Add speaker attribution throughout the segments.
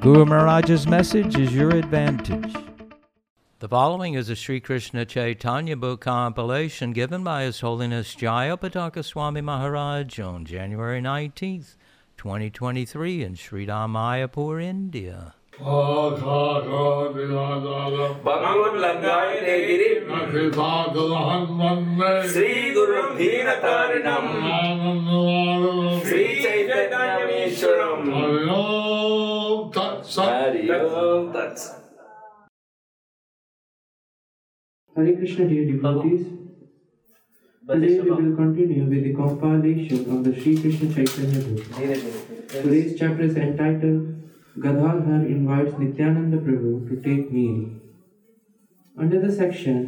Speaker 1: Guru Maharaj's message is your advantage. The following is a Sri Krishna Chaitanya book compilation given by His Holiness Jayapataka Swami Maharaj on January 19th, 2023 in Sri Mayapur, India.
Speaker 2: பங்குல்லங்காயிரேகிரிம் Sri குரு தீனதாரிணம் ஸ்ரீ சைதன்யமீஸ்வரம் ஹரி ஓம் தத் சத்.
Speaker 3: Hare Krishna, dear devotees. Today we will continue with the compilation of the Sri Krishna Chaitanya book. Today's chapter is entitled Gadadhar invites Nityananda Prabhu to take meal. Under the section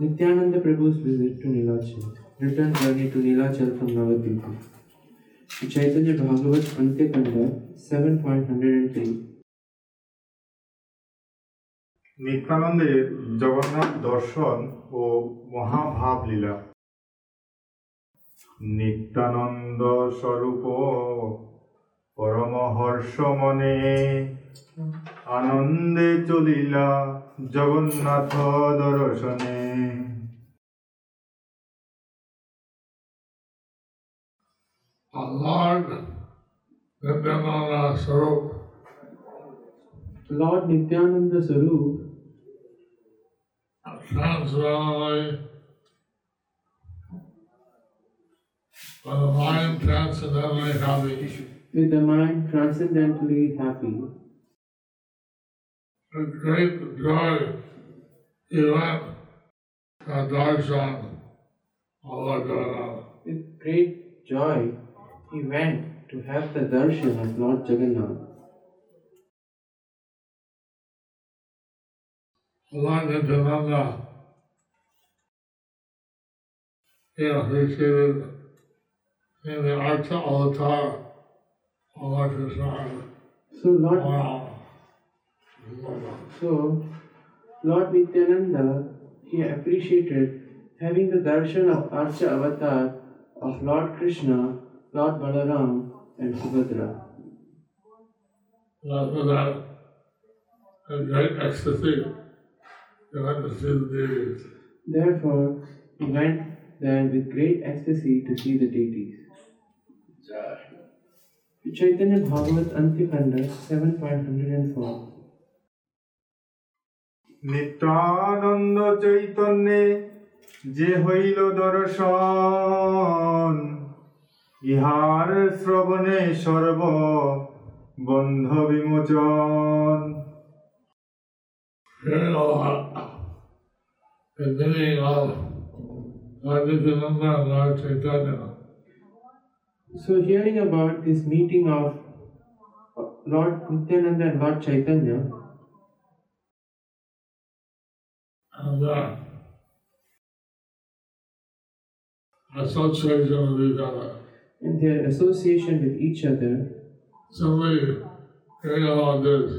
Speaker 3: Nityananda Prabhu's visit to Nilachal, return journey to Nilachal from Navadvipa. Sri Chaitanya Bhagavat Antyakanda 7.103
Speaker 4: নিত্যানন্দের Jagannath দর্শন ও মহাভাব লীলা নিত্যানন্দ স্বরূপ পরমহর্ষ মনে আনন্দে চলিলা জগন্নাথ দর্শনে
Speaker 5: Lord Nityananda Sarup
Speaker 3: Lord Nityananda Sarup
Speaker 5: transcendental by the mind transcendentally happy
Speaker 3: with the mind transcendently happy,
Speaker 5: with great joy he went to the darshan of Lord Jagannath.
Speaker 3: with great joy he went to have the darshan of Lord Jagannath.
Speaker 5: Lord Nityananda he appreciated in the Artha avatar of Lord Krishna.
Speaker 3: So Lord,
Speaker 5: Wow.
Speaker 3: so Lord Nityananda he appreciated having the darshan of Archa Avatar of Lord Krishna, Lord Balaram, and Subhadra.
Speaker 5: After that, in great ecstasy, he went to see the deities.
Speaker 3: Therefore, he went there with great ecstasy to see the deities. Sri Chaitanya Bhagavat Antikanda 7.104
Speaker 4: Nityananda চৈতন্যে যে হইল দর্শন ইহার শ্রবণে সর্ব বন্ধ বিমোচন
Speaker 5: Hearing all that, the meaning of Lord Nityananda and Lord Chaitanya,
Speaker 3: So, hearing about this meeting of uh, Lord Nityananda and Lord Chaitanya,
Speaker 5: and the association with each other.
Speaker 3: and their association with each other,
Speaker 5: Simply hearing about this,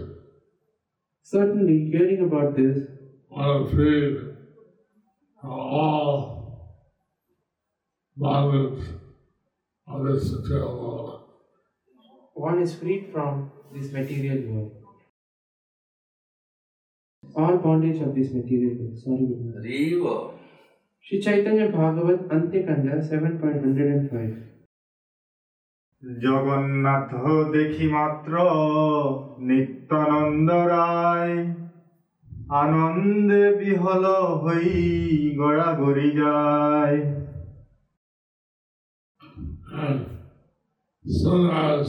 Speaker 3: certainly hearing about this,
Speaker 5: one is freed from all bondage of this material world.
Speaker 3: one is freed from this material world. All bondage of this material world. Sorry, Guru. Maharaj.
Speaker 2: Hari Om
Speaker 3: Sri Chaitanya Bhagavat Antikanda 7.105
Speaker 4: Jagannath দেখি মাত্র নিত্যানন্দ রায় আনন্দে বিহল হই গড়াগড়ি যায়
Speaker 5: And soon as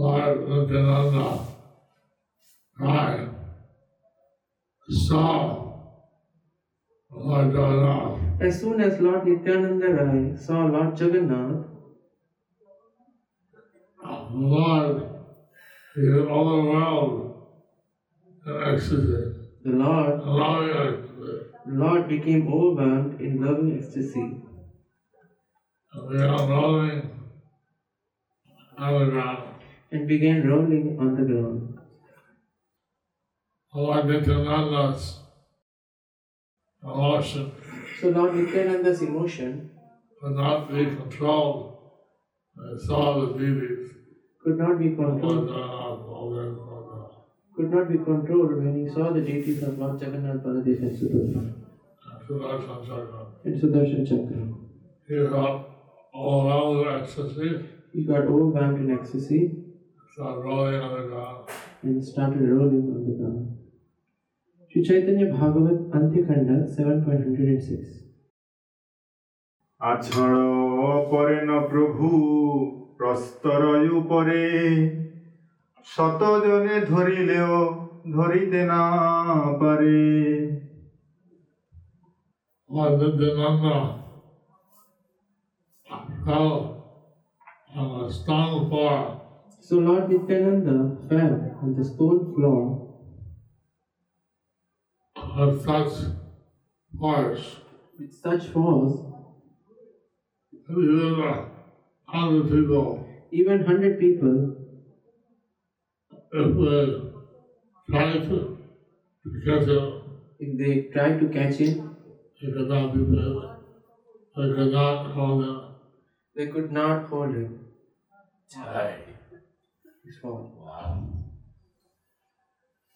Speaker 5: Lord Nityananda I saw Lord Jagannath,
Speaker 3: As soon as Lord Nityananda Rai saw Lord Jagannath,
Speaker 5: the Lord He is overwhelmed in ecstasy,
Speaker 3: The Lord,
Speaker 5: loving ecstasy.
Speaker 3: Lord became overwhelmed in loving ecstasy.
Speaker 5: And we are rolling on the ground.
Speaker 3: and began rolling on the ground.
Speaker 5: Lord Nityananda's emotion
Speaker 3: So Lord Nityananda's emotion
Speaker 5: could not be controlled. I saw the deities
Speaker 3: could not be
Speaker 5: going
Speaker 3: controlled,
Speaker 5: on over and over.
Speaker 3: could not be controlled when he saw the deities of Lord Jagannath, Baladev and Sudarshan
Speaker 5: And Sudarshan Chakra.
Speaker 3: and Sudarshan Chakra.
Speaker 5: He got overwhelmed with ecstasy,
Speaker 3: He got overwhelmed in ecstasy
Speaker 5: started rolling on the ground.
Speaker 3: and started rolling on the ground. Sri Chaitanya Bhagavat Antikhanda 7.106
Speaker 4: ଆଛଣ ପରେନ ପ୍ରଭୁ ପ୍ରସ୍ତର ଉପରେ শত জনে ধরিলেও ধরিতে না পারে
Speaker 5: Lord Nityananda fell on the stone floor
Speaker 3: So Lord Nityananda fell on the stone floor
Speaker 5: of such force.
Speaker 3: with such force,
Speaker 5: He was other people.
Speaker 3: even hundred people
Speaker 5: if we try to because of
Speaker 3: If they tried to catch him,
Speaker 5: it could not be better. It could not hold it.
Speaker 3: they could not hold him. His fall.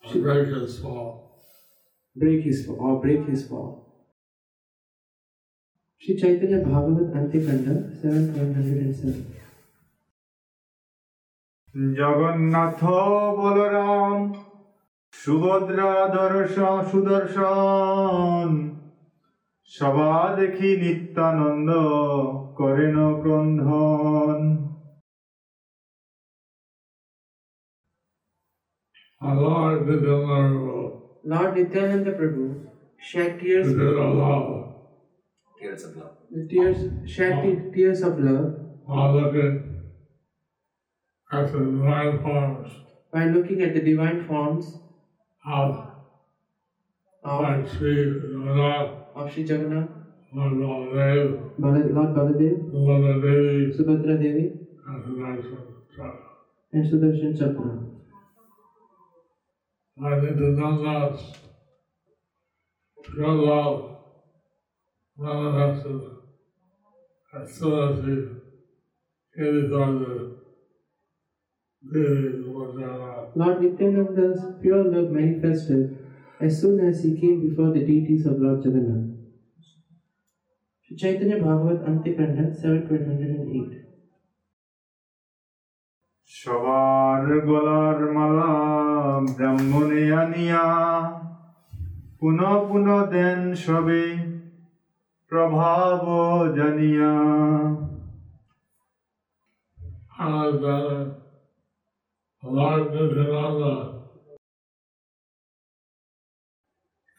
Speaker 5: She break his fall.
Speaker 3: Break his fall or break his fall. Sri Chaitanya Bhagavat Antikanda 7.107
Speaker 4: Jagannath Balaram Subhadra দর্শন সুদর্শন সবা দেখি নিত্যানন্দ করেন ক্রন্ধন
Speaker 5: Our Lord did honorable.
Speaker 3: Lord Nityananda Prabhu shed
Speaker 5: He
Speaker 3: tears
Speaker 5: did allow.
Speaker 2: Tears of love.
Speaker 3: with tears shed te- tears of love
Speaker 5: While looking at the divine forms
Speaker 3: by looking at the divine forms
Speaker 5: of
Speaker 3: of,
Speaker 5: like she not
Speaker 3: of Sri Jagannath,
Speaker 5: Lord
Speaker 3: Bala- Lord Baladev,
Speaker 5: Mother Devi
Speaker 3: Subhadra Devi
Speaker 5: and Sudarshan Chakra.
Speaker 3: and Sudarshan Chakra.
Speaker 5: I need to know that your love manifested as soon as you hit it on the daily was your love.
Speaker 3: Lord Nityananda's pure love manifested as soon as he came before the deities of Lord Jagannath. Sri Chaitanya Bhagavat Antikanda 7.108
Speaker 4: সবার গলার মালা ব্রাহ্মণে আনিয়া পুনঃ পুনঃ দেন সবে প্রভাব জানিয়া
Speaker 5: I better Lord Nityananda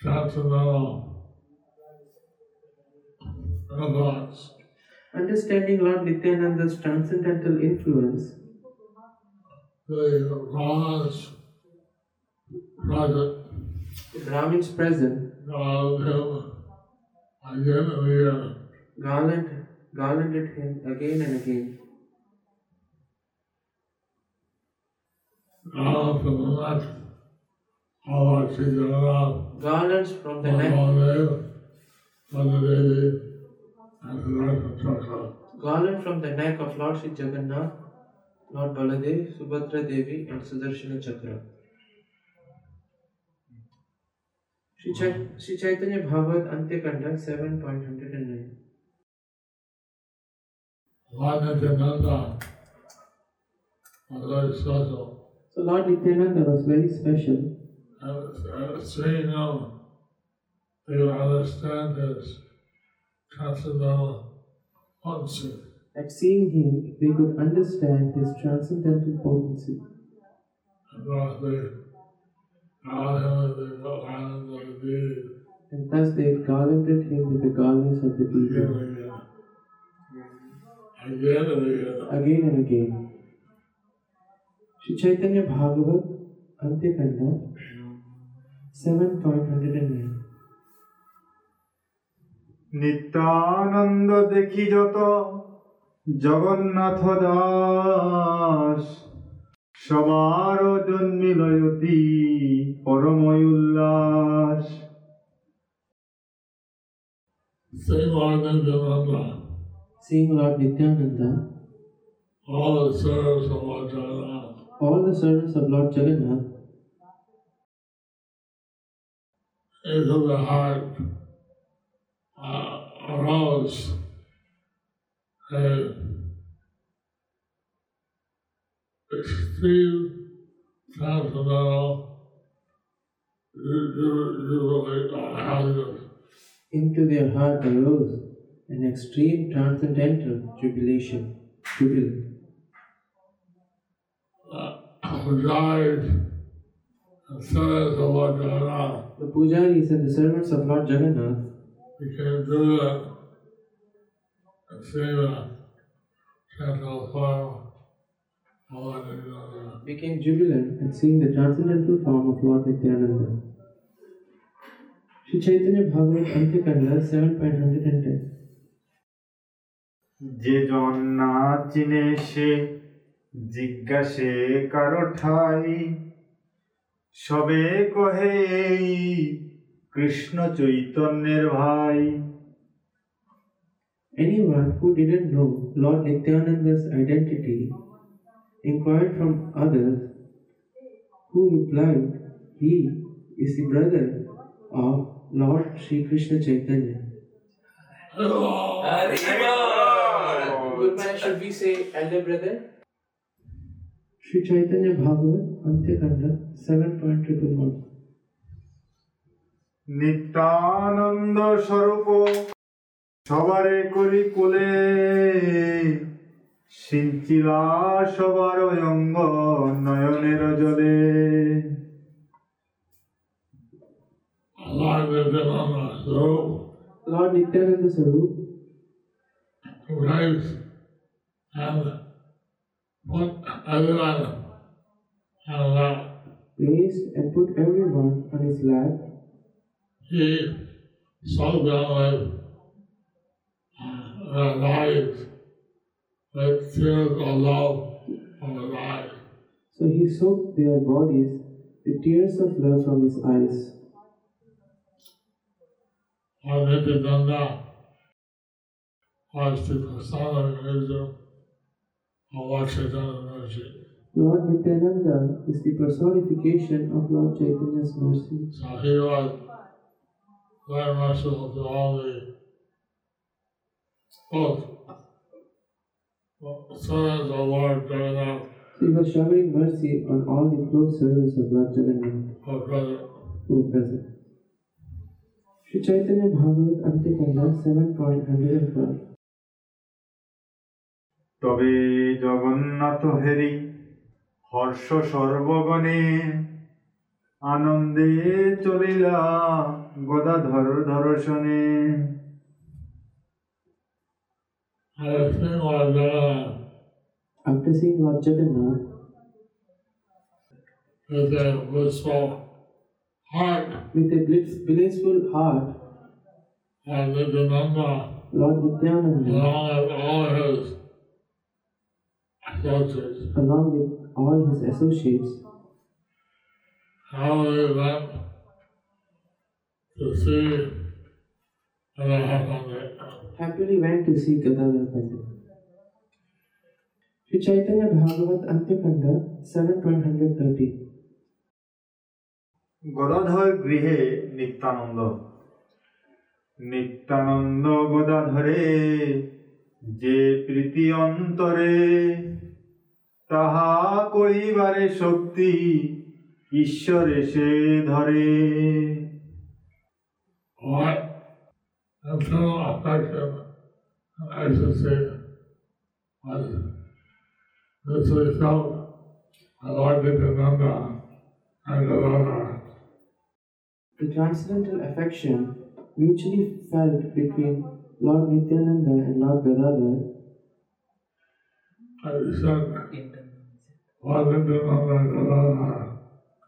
Speaker 5: transcendental advice.
Speaker 3: Understanding Lord Nityananda's transcendental influence,
Speaker 5: the Brahmins present
Speaker 3: the Brahmins present
Speaker 5: God him again and again.
Speaker 3: garland, garlanded him again and again,
Speaker 5: God from the left, Allah to the left,
Speaker 3: garlands from
Speaker 5: Oh,
Speaker 3: the neck,
Speaker 5: one day, one day, and the right of Chakra.
Speaker 3: garland from the neck of Lord Sri Jagannath, Lord Baladev, Subhadra Devi, and Sudarshana Chakra. Sri, Chait- Sri Chaitanya Bhagavat Antikanda 7.109
Speaker 5: One is another. Allah is special.
Speaker 3: So Lord Nityananda was very special.
Speaker 5: And and seeing him, you understand his transcendental potency.
Speaker 3: At seeing him, we could understand his transcendental potency.
Speaker 5: Roughly, I have the land of the
Speaker 3: And thus they garlanded him with the garlands of the people
Speaker 5: beginning. Again and again.
Speaker 3: again and again. Sri Chaitanya Bhagavat Antyakanda 7.109
Speaker 4: Nityananda দেখি যত জগন্নাথ দাস সবার জন্মিলয়তি পরময় উল্লাস
Speaker 5: Same Lord Nanda,
Speaker 3: Seeing Lord Nityananda,
Speaker 5: all the servants of Lord Jagannath,
Speaker 3: all the servants of Lord Jagannath
Speaker 5: into the heart uh, arose an extreme transcendental jubilee of happiness.
Speaker 3: into their heart arose an extreme transcendental jubilation. Jubilee.
Speaker 5: Uh, Died and servants of Lord Jagannath
Speaker 3: The pujaris and the servants of Lord Jagannath
Speaker 5: became Buddha and uh, Shiva, transcendental form of Lord Nityananda.
Speaker 3: became jubilant at seeing the transcendental form of Lord Nityananda. Sri Chaitanya Bhagavat Antyakanda 7.110
Speaker 4: যে জন না চিনে সে জিজ্ঞাসে কারো ঠাই সবে কহে এই কৃষ্ণ চৈতন্যের ভাই
Speaker 3: Anyone who didn't know Lord Nityananda's identity inquired from others, who replied, He is the brother of Lord Sri Krishna Chaitanya.
Speaker 5: Hello.
Speaker 3: Good man, should we say elder brother? Sri Chaitanya Bhagavat Antyakanda 7.111
Speaker 4: Nityananda স্বরূপ সবারে করি কোলে সিঞ্চিলা সবার অঙ্গ নয়নের জলে
Speaker 5: I like that they're on the show.
Speaker 3: Lord Nityananda Sarup
Speaker 5: Today's and what everyone and uh,
Speaker 3: placed and put everyone on his lap
Speaker 5: he so down with the light that tears of love from the light.
Speaker 3: So he soaked their bodies with tears of love from his eyes.
Speaker 5: And it is done that was the personification of what she done mercy.
Speaker 3: Lord Nityananda is the personification of Lord Chaitanya's mercy.
Speaker 5: So he was very merciful to all the both sons of Lord Jagannath
Speaker 3: So he was showering mercy on all the close servants of Lord Jagannath
Speaker 5: who were present.
Speaker 3: who were present. Sri Chaitanya Bhagavat Antikanda 7.112
Speaker 4: তবে জগন্নাথ হেরি হর্ষ সর্বগণে আনন্দে চলিলা গদাধর দর্শনে
Speaker 5: And the thing was that
Speaker 3: After seeing Lord Jagannath
Speaker 5: with a blissful heart
Speaker 3: with a bliss- blissful heart,
Speaker 5: and with the number
Speaker 3: Lord Nityananda,
Speaker 5: along with all his associates.
Speaker 3: along with all his associates,
Speaker 5: How we went to see and I had on it.
Speaker 3: happily went to see Gadadhar Pandit. Sri Chaitanya Bhagavat Antyakanda 7.130
Speaker 4: Gadadhar গৃহে নিত্যানন্দ নিত্যানন্দ গদাধরে যে প্রীতি অন্তরে তাহা করিবারে শক্তি ঈশ্বর এসে ধরে
Speaker 5: What internal affection and ecstasy was this result allotted to Nanda and Nanda.
Speaker 3: The transcendental affection mutually felt between Lord Nityananda and Lord Gadadhar
Speaker 5: And he said, Valentinanda Gadadhar and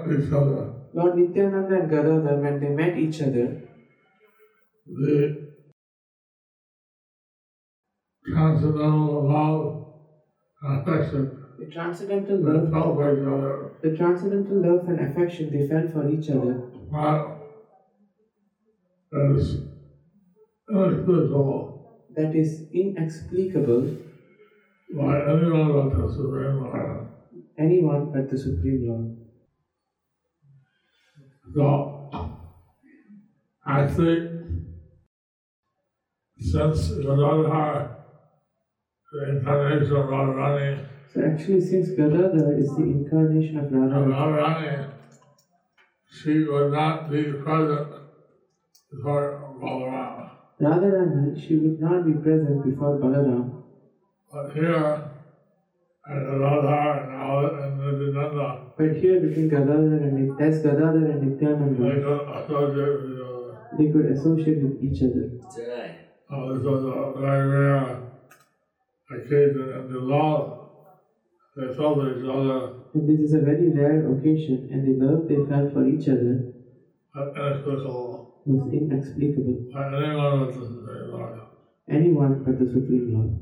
Speaker 5: they met each other.
Speaker 3: Lord Nityananda and Gadadhar, when they met each other,
Speaker 5: The transcendental love and affection
Speaker 3: the transcendental
Speaker 5: they
Speaker 3: love,
Speaker 5: felt for each other.
Speaker 3: the transcendental love and affection they felt for each other
Speaker 5: Wow. That is inexplicable
Speaker 3: that is inexplicable
Speaker 5: by anyone but the Supreme Lord.
Speaker 3: anyone but the Supreme Lord.
Speaker 5: So, I think since Gadadhar, the incarnation of Radharani,
Speaker 3: So actually, since Gadadhar is the incarnation of Radha,
Speaker 5: Radharani, she would not be present for Balaram.
Speaker 3: Radharani, she would not be present before Balaram.
Speaker 5: But here, at Radhar and all and Nityananda,
Speaker 3: But here between Gadadhar and Nit- as Gadadhar and
Speaker 5: they
Speaker 3: Nityananda,
Speaker 5: could associate with each other.
Speaker 3: they could associate with each other.
Speaker 2: Jai.
Speaker 5: Uh, this was a very rare occasion and the love they felt for each other
Speaker 3: And this is a very rare occasion, and the love they felt for each other
Speaker 5: was inexplicable
Speaker 3: was inexplicable.
Speaker 5: by anyone with the Supreme Lord.
Speaker 3: Anyone but the Supreme Lord.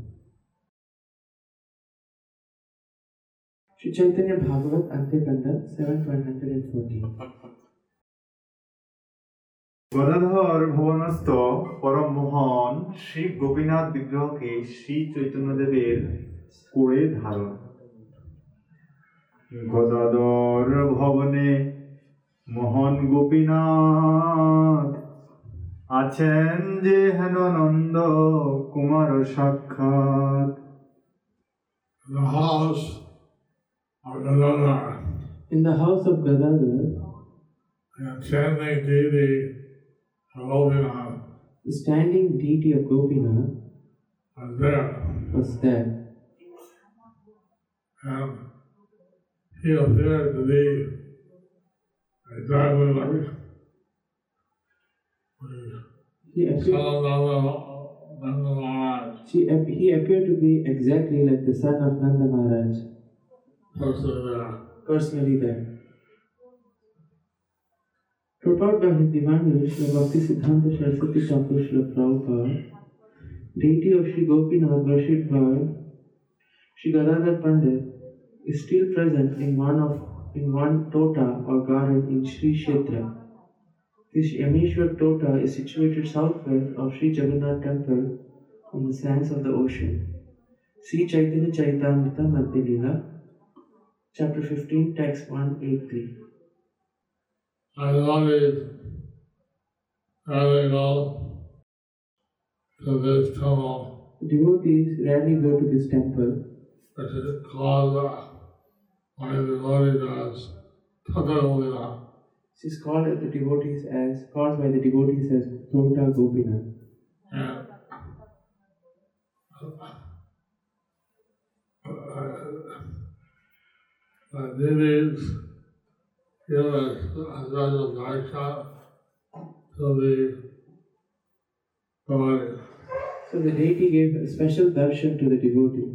Speaker 3: Sri Chaitanya Bhagavat Antekanda 7.114
Speaker 4: Gadadhar ভুবনস্থ পরম মোহন শ্রী গোপীনাথ বিগ্রহকে শ্রী চৈতন্যদেবের করে ধারণ গদাধর ভবনে মোহন গোপীনাথ আছেন যে হেন নন্দ কুমার সাক্ষাৎ
Speaker 5: In the house of Gadadhar,
Speaker 3: In the house of Gadadhar,
Speaker 5: the enchanting deity of Gopinath
Speaker 3: the standing deity of Gopinath
Speaker 5: was there,
Speaker 3: was there,
Speaker 5: and he appeared to be exactly like
Speaker 3: he appeared,
Speaker 5: Salamandra
Speaker 3: she, ap- he appeared to be exactly like the son of Nanda Maharaj,
Speaker 5: person there.
Speaker 3: personally there. Purport by His Divine Will, Srila Bhakti Siddhanta Saraswati Thakur Srila Prabhupada, deity of Sri Gopinath worshipped by Sri Gadadhar Pandit, is still present in one of in one tota or garden in Sri Kshetra. This Yameshwar tota is situated southwest of Sri Jagannath temple on the sands of the ocean. See Chaitanya Chaitamrita Madhya Leela, chapter 15, text 183.
Speaker 5: I love it. Having all to this tunnel,
Speaker 3: Devotees rarely go to this temple,
Speaker 5: which is called by the Lord as Tatarolina.
Speaker 3: which is called as the devotees as called by the devotees as Tota Gopinath.
Speaker 5: And uh, this uh, is give us a special darshan to the body.
Speaker 3: So the deity gave a special darshan to the devotee.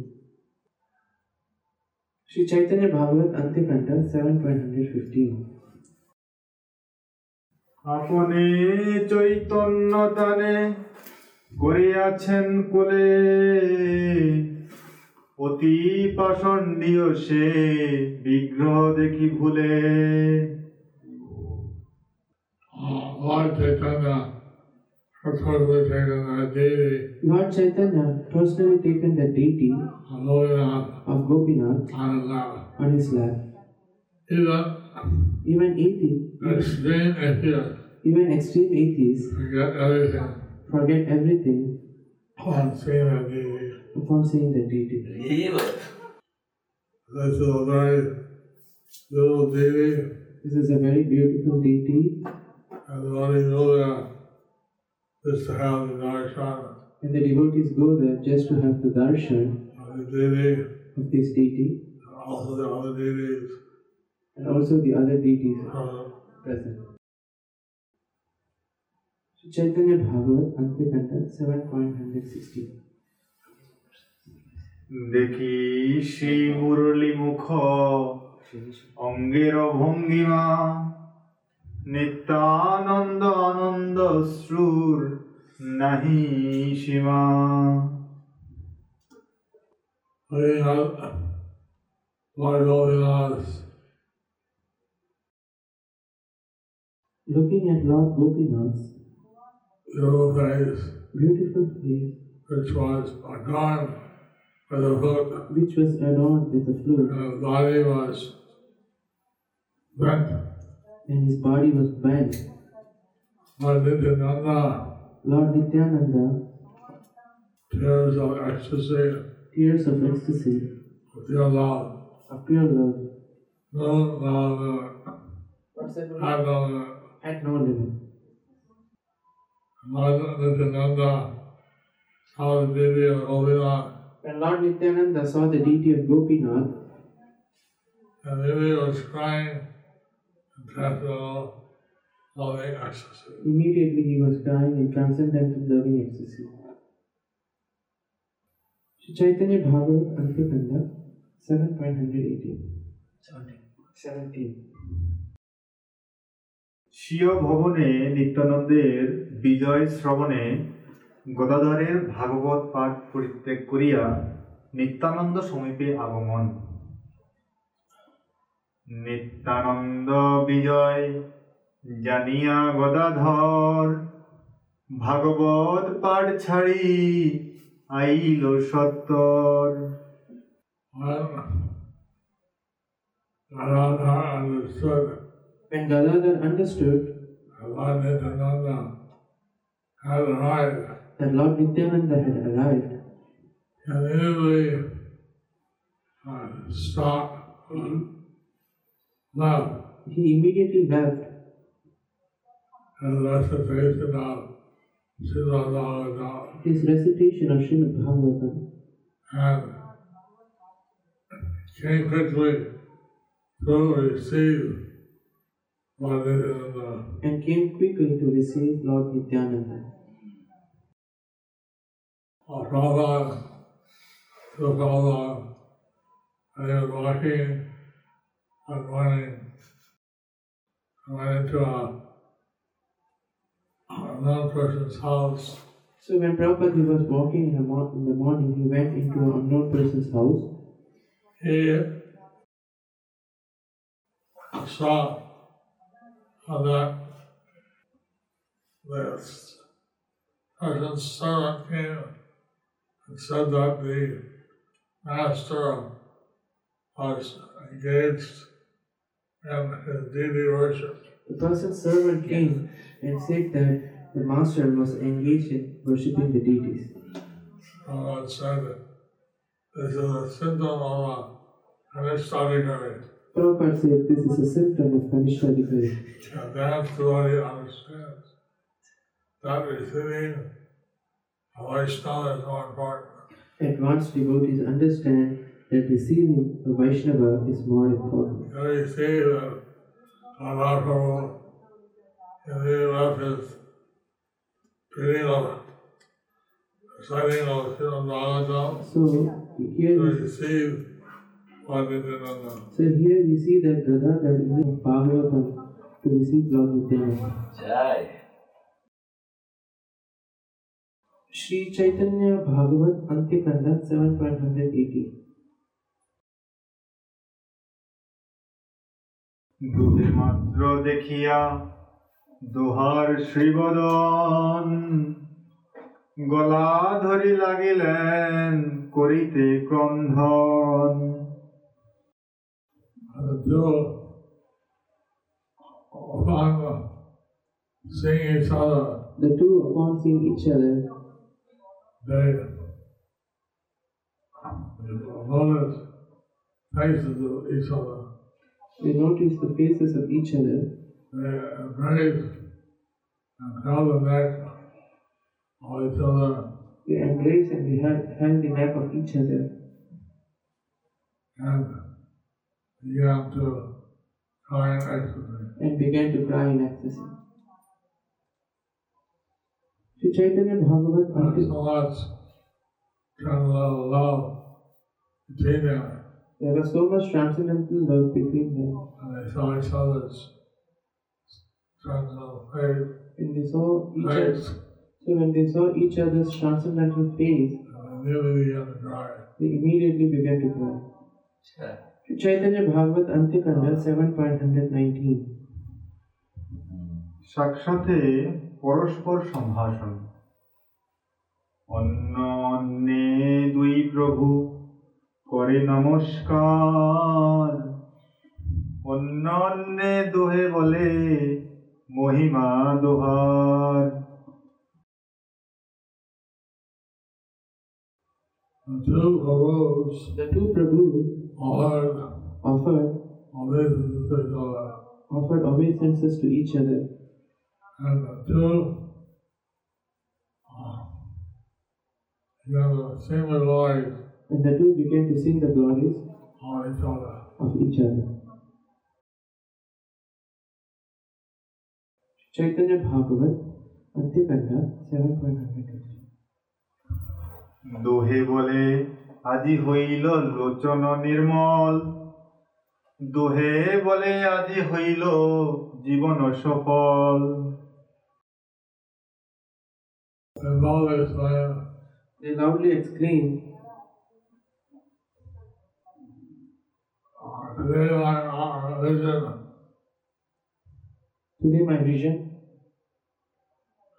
Speaker 3: Sri Chaitanya Bhagavat Antikanta 7.115
Speaker 4: আপনি চৈতন্য দানে করিয়াছেন কোলে অতি পাষণ্ডীয় সে বিগ্রহ দেখি ভুলে
Speaker 5: Uh, Lord Chaitanya, of course, we take on the deity
Speaker 3: Lord Chaitanya personally taken the deity
Speaker 5: of Lord
Speaker 3: of Gopinath
Speaker 5: on the
Speaker 3: on his lap.
Speaker 5: Even
Speaker 3: Even atheists,
Speaker 5: extreme atheist
Speaker 3: even extreme atheists
Speaker 5: to get everything
Speaker 3: forget everything
Speaker 5: on seeing the deity.
Speaker 3: upon seeing the deity.
Speaker 2: Evil.
Speaker 5: This is a very little deity,
Speaker 3: This is a very beautiful deity
Speaker 5: and Lord Yoga is to have the darshan
Speaker 3: And the devotees go there just to have the darshan
Speaker 5: of the deity,
Speaker 3: of this deity
Speaker 5: and also the other deities
Speaker 3: and also the other deities
Speaker 5: from
Speaker 3: present. Sri Chaitanya Bhagavat Antikanta 7.116
Speaker 4: দেখি সেই মুরলী মুখ অঙ্গের ভঙ্গিমা নিত্যানন্দ আনন্দ শ্রুর নাহি সীমা
Speaker 5: Hurrying up, Lord Gopinath,
Speaker 3: Looking at Lord Gopinath's
Speaker 5: your face,
Speaker 3: beautiful face,
Speaker 5: which was adorned with a hook,
Speaker 3: which was adorned with a flute,
Speaker 5: and his body was bent.
Speaker 3: and his body was bent,
Speaker 5: Lord Nityananda,
Speaker 3: Lord Nityananda,
Speaker 5: tears of ecstasy
Speaker 3: tears of ecstasy,
Speaker 5: with your love,
Speaker 3: of pure love,
Speaker 5: no love, have no limit.
Speaker 3: had no limit.
Speaker 5: Lord Nityananda saw the beauty of Gopinath,
Speaker 3: When Lord Nityananda saw the deity of Gopinath,
Speaker 5: and Devi was crying and transcendental loving ecstasy.
Speaker 3: immediately he was crying in transcendental loving ecstasy. Shri Chaitanya Bhava Antikanda 7.118 17.
Speaker 4: স্বীয় ভবনে নিত্যানন্দের বিজয় শ্রবণে গদাধরের ভাগবত পাঠ পরিত্যাগ করিয়া নিত্যানন্দ সমীপে আগমন নিত্যানন্দ বিজয় জানিয়া গদাধর ভাগবত পাঠ ছাড়ি আইল সত্তর
Speaker 5: When Radha understood
Speaker 3: When Gadadhar understood
Speaker 5: that Lord Nityananda had arrived,
Speaker 3: that Lord Nityananda had arrived,
Speaker 5: he immediately uh, stopped, left,
Speaker 3: he immediately left
Speaker 5: and recitation of Srila Bhagavatam.
Speaker 3: his recitation of Srimad Bhagavatam
Speaker 5: and came quickly to receive what is in the
Speaker 3: and came quickly to receive Lord Nityananda.
Speaker 5: Prabhupada to Prabhupada. And he was walking and running and went into a, a unknown person's house.
Speaker 3: So when Prabhupada was walking in the, mor- in the morning, he went into an unknown person's house
Speaker 5: He saw that this person's servant came and said that the master was engaged in his deity worship.
Speaker 3: The person's servant came and said that the master was engaged in worshipping the deities.
Speaker 5: Prabhupada said, This is a symptom of a Anishtadikari.
Speaker 3: Prabhupada said this is a symptom of Kanishka degree.
Speaker 5: And that's what he understands. That receiving a Vaishnava is more important.
Speaker 3: Advanced devotees understand that receiving a Vaishnava is more important.
Speaker 5: And we see that Radha Prabhu, in the left his beginning of reciting of Srimad Bhagavatam,
Speaker 3: So
Speaker 5: to
Speaker 3: here, we-
Speaker 5: receive what they did not know.
Speaker 3: so here we see that Gadadhar even Bhagavatam to receive Lord Nityananda.
Speaker 2: Jai.
Speaker 3: Shri Chaitanya Bhagavata Antya Khanda seven point hundred eighty
Speaker 4: দুধে মাত্র দেখিয়া দোহার শ্রীবদন গলা ধরি লাগিলেন করিতে ক্রন্ধন
Speaker 5: And the two upon seeing each other,
Speaker 3: the two upon seeing each other
Speaker 5: they notice faces of each other.
Speaker 3: They notice the faces of each other
Speaker 5: They embrace and held the neck of each other
Speaker 3: they embrace and they hand the neck of each other
Speaker 5: and began to try and exercise.
Speaker 3: And began to cry in excess Shri Chaitanya Bhagavat
Speaker 5: And
Speaker 3: अंत्य
Speaker 5: so much kind of love between them,
Speaker 3: There was so much transcendental love between them,
Speaker 5: and they saw each other's transcendental faith,
Speaker 3: and they saw each other.
Speaker 5: face,
Speaker 3: So when they saw each other's transcendental face,
Speaker 5: and they immediately began to cry.
Speaker 3: they immediately began to cry. Sri Chaitanya Bhagavat Antikanda 7.119
Speaker 4: সাক্ষাতে পরস্পর সম্ভাষণ অন্য অন্যে দুই প্রভু করে নমস্কার অন্য অন্যে দোহে বলে মহিমা দোহার
Speaker 5: The two arose,
Speaker 3: The two Prabhus
Speaker 5: offered
Speaker 3: offered
Speaker 5: obeisances to each other,
Speaker 3: offered obeisances to each other,
Speaker 5: and the two uh, began to sing the glories
Speaker 3: and the two began to sing the glories
Speaker 5: of each other.
Speaker 3: of each other. Sri Chaitanya Bhagavat Antikanda 7.119
Speaker 4: দোহে বলে আজি হইল লোচন নির্মল দোহে বলে আজি হইল জীবন সফল
Speaker 5: And all this land,
Speaker 3: They loudly exclaimed,
Speaker 5: uh, today like uh, our religion
Speaker 3: Today my vision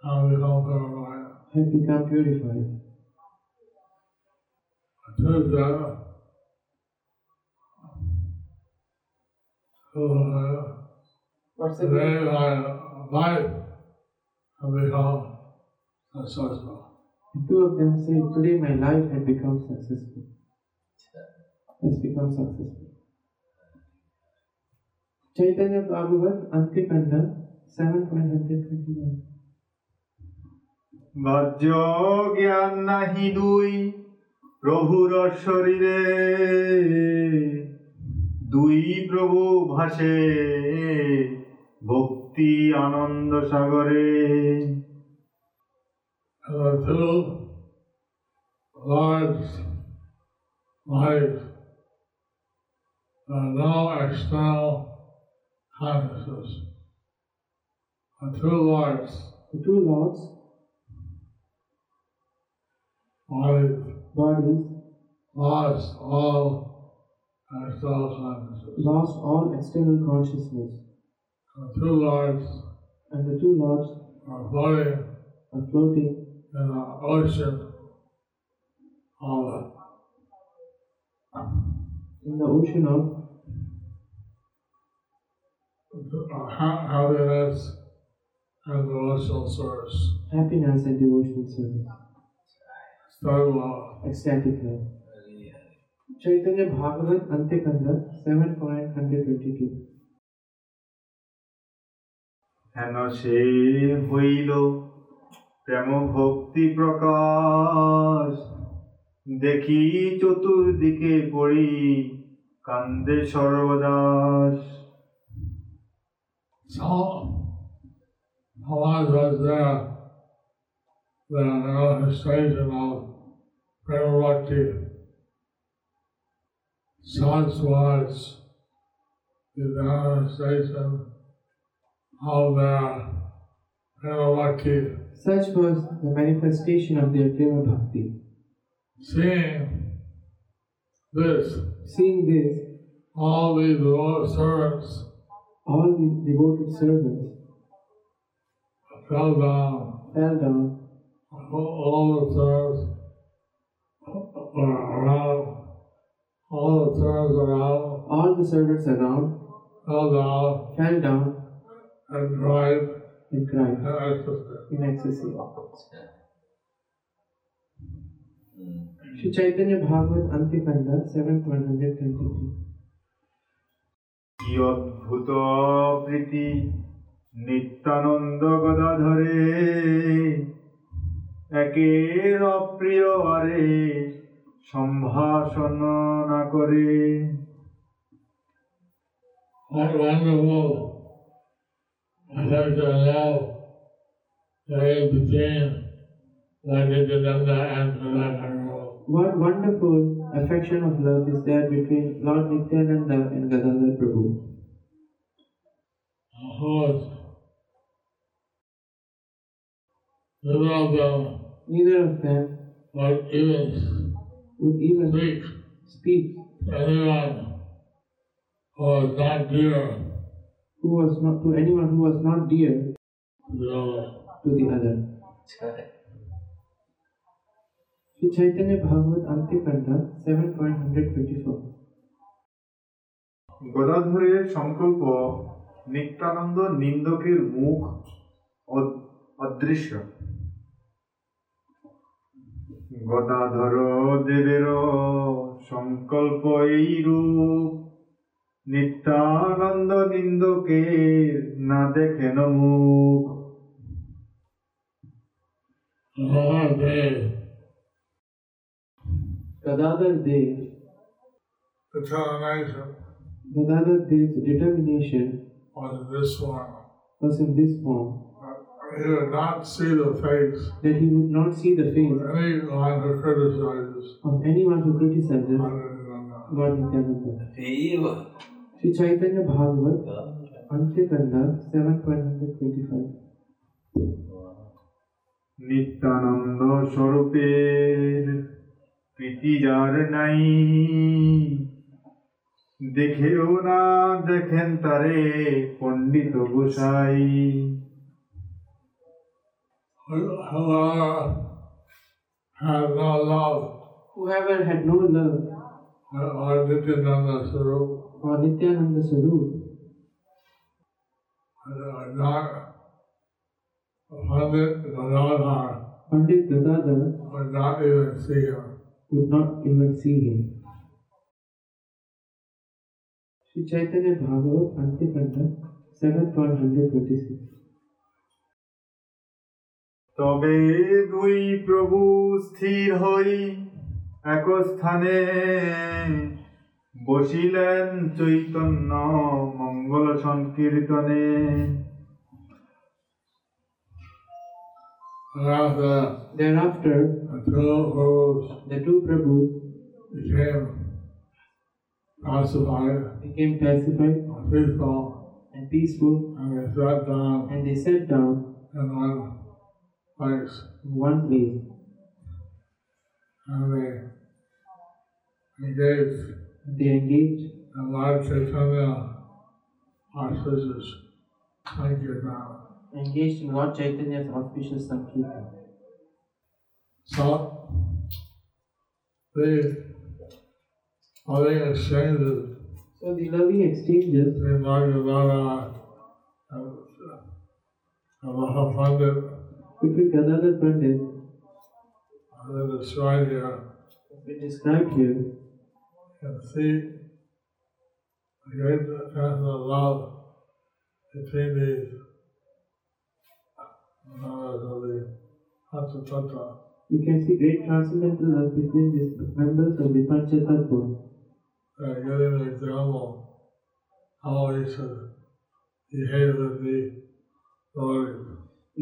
Speaker 5: has become purified.
Speaker 3: has become purified.
Speaker 5: Tuesday, uh,
Speaker 3: What's the
Speaker 5: today my life has become successful.
Speaker 3: The two of them said, Today my life had become successful. Has become successful. Chaitanya Bhagavat Antikanda 7.121
Speaker 4: বাহ্য জ্ঞান নাহি দুই প্রভুর শরীরে দুই প্রভু ভাসে ভক্তি আনন্দ সাগরে
Speaker 5: And the two lives, lives, are now external consciousness. The two lives,
Speaker 3: The two lords,
Speaker 5: lives,
Speaker 3: bodies,
Speaker 5: lost all external consciousness.
Speaker 3: lost all external consciousness,
Speaker 5: The two lives
Speaker 3: and the two lords
Speaker 5: are floating
Speaker 3: are floating
Speaker 5: in the ocean of
Speaker 3: in the ocean of
Speaker 5: ha- happiness and devotional service.
Speaker 3: happiness and devotional service,
Speaker 5: Third love.
Speaker 3: ecstatic love. Chaitanya Bhagavat Antikanda 7.122
Speaker 4: হেন সে হইল প্রেম ভক্তি প্রকাশ দেখি চতুর্দিকে পড়ি কান্দে সর্বদাস
Speaker 5: So, Maharaj was there, there on the station of Prema Bhakti. Such was the manifestation of their Prema Bhakti,
Speaker 3: Such was the manifestation of their Prema Bhakti.
Speaker 5: seeing this,
Speaker 3: Seeing this,
Speaker 5: all the devoted servants
Speaker 3: all the devoted servants
Speaker 5: fell down
Speaker 3: fell down
Speaker 5: all the times around, all the times around,
Speaker 3: all the servants around
Speaker 5: held out
Speaker 3: fell down
Speaker 5: and drive
Speaker 3: and cried
Speaker 5: and ecstasy.
Speaker 3: in ecstasy. Sri Chaitanya Bhagavat Antikanda 7.123
Speaker 4: কি অদ্ভুত প্রীতি নিত্যানন্দ গদাধরে একের অপ্রিয় আরে সম্ভাষণ না করে
Speaker 5: What wonderful! I have to allow they became like they did under and that
Speaker 3: What wonderful affection of love is there between Lord Nityananda and Gadadhar Prabhu.
Speaker 5: Lord, neither of them
Speaker 3: Neither of them
Speaker 5: would even
Speaker 3: would even
Speaker 5: speak
Speaker 3: speak
Speaker 5: to anyone who was not dear
Speaker 3: who was not to anyone who was not dear
Speaker 5: to the other.
Speaker 3: to the other. अच्छा। Shri Chaitanya Bhagavat Antikanda 7.124
Speaker 4: গদাধরের সংকল্প নিত্যানন্দ নিন্দকের মুখ অদ- অদৃশ্য গদাধর দেবের সংকল্প এই রূপ নিত্যানন্দ নিন্দকের না দেখেন মুখ
Speaker 5: Lord, they
Speaker 3: Gadadhar Dev
Speaker 5: determination
Speaker 3: Gadadhar Dev's determination
Speaker 5: was this one.
Speaker 3: was in this form
Speaker 5: He did not see the face
Speaker 3: that he would not see the face
Speaker 5: of anyone who criticizes
Speaker 3: of anyone who criticizes
Speaker 5: Bhagavan.
Speaker 3: Lord Nityananda.
Speaker 2: Deva.
Speaker 3: Shri Chaitanya Bhagavat Antikanda 7.125
Speaker 4: Nityananda স্বরূপের প্রীতি যার নাই দেখেও না দেখেন তারে পণ্ডিত গোসাই
Speaker 5: Whoever had no love
Speaker 3: Whoever had no love
Speaker 5: or didn't understand
Speaker 3: for Nityananda Sarup
Speaker 5: and not Pandit Gadadhar
Speaker 3: Pandit Gadadhar
Speaker 5: would not even see him.
Speaker 3: would not even see him. Shri Chaitanya Bhagavat Antikanda 7.126
Speaker 4: তবে দুই প্রভু স্থির হই এক স্থানে বসিলেন চৈতন্য মঙ্গল সংকীর্তনে
Speaker 5: And after
Speaker 3: Thereafter,
Speaker 5: the two gurus
Speaker 3: the two Prabhus
Speaker 5: became pacified
Speaker 3: became pacified
Speaker 5: and peaceful
Speaker 3: and peaceful
Speaker 5: and they sat down
Speaker 3: and they sat down
Speaker 5: in one place
Speaker 3: in one place
Speaker 5: and they engaged
Speaker 3: They engaged
Speaker 5: in Lord Chaitanya auspices. Thank you, Dharma.
Speaker 3: engaged in Lord Chaitanya's auspicious Sankirtan.
Speaker 5: So they all they exchanges
Speaker 3: So the loving exchanges
Speaker 5: between Bhagavata and and Maha Pandit
Speaker 3: between Gadadhar Pandit
Speaker 5: and they describe here
Speaker 3: have been described here
Speaker 5: and see a great kind of love between these Ah, members of the Hatha
Speaker 3: we can see great transcendental love between these members of the Panchatattva.
Speaker 5: uh, giving an example how he should behave with the Lord.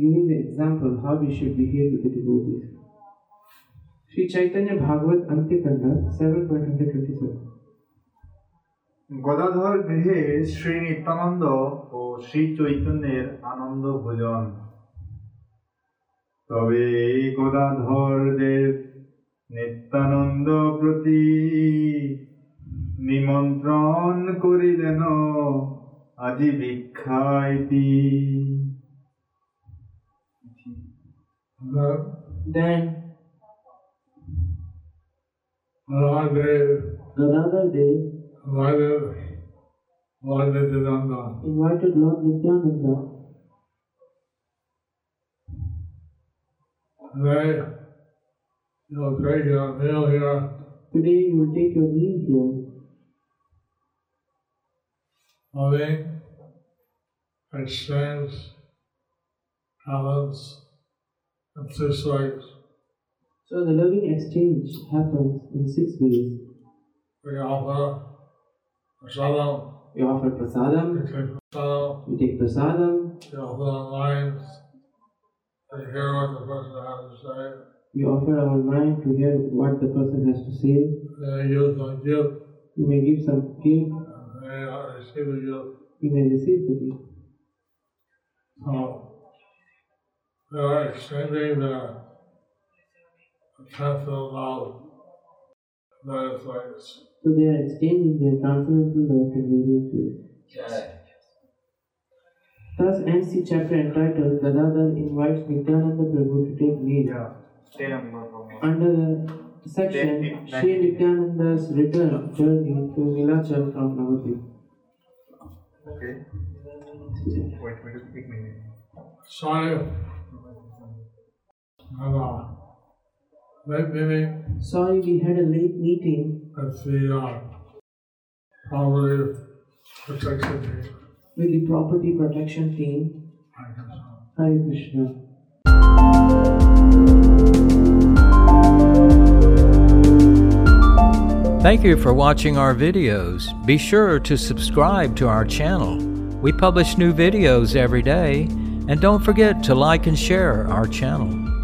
Speaker 3: Giving the example how we should behave with the devotees. Sri Chaitanya Bhagavat Antikanda 7.127
Speaker 4: Gadadhar গৃহে শ্রী নিত্যানন্দ ও শ্রী চৈতন্যের আনন্দ ভোজন তবে এই গদাধর দেব নিত্যানন্দ প্রতি নিমন্ত্রণ করিলেন আজি ভিক্ষাইতি
Speaker 5: Then
Speaker 3: Then
Speaker 5: Lord Dev
Speaker 3: Gadadhar Dev
Speaker 5: invited Lord Nityananda
Speaker 3: invited Lord Nityananda
Speaker 5: today you'll take your meal here
Speaker 3: Today you will take your meal
Speaker 5: loving exchange talents and six ways
Speaker 3: here. So the loving exchange happens in six ways.
Speaker 5: we offer prasadam
Speaker 3: You offer
Speaker 5: we
Speaker 3: prasadam,
Speaker 5: take prasadam
Speaker 3: you take prasadam,
Speaker 5: you offer lines they hear what the person has to say
Speaker 3: you offer our mind to hear what the person has to say,
Speaker 5: I use my gift
Speaker 3: You may give some gift,
Speaker 5: and I receive the gift.
Speaker 3: you may receive the gift.
Speaker 5: So they are extending their transcendental knowledge. That is like it's
Speaker 3: So they are extending their transcendental love in various ways. Thus ends the chapter entitled Gadadhar invites Nityananda Prabhu to take leave.
Speaker 4: Yeah, stay number for me.
Speaker 3: Under the section Sri Nityananda's return journey to Nilachal from Navadvip.
Speaker 4: Okay. Wait, wait, wait a minute.
Speaker 5: sorry. And uh, they meaning
Speaker 3: Sorry, we had a late meeting
Speaker 5: That's the uh, probably protection me.
Speaker 3: with the property protection team.
Speaker 5: I guess. uh,
Speaker 3: Hare Krishna.
Speaker 1: Thank you for watching our videos. Be sure to subscribe to our channel. We publish new videos every day, and don't forget to like and share our channel.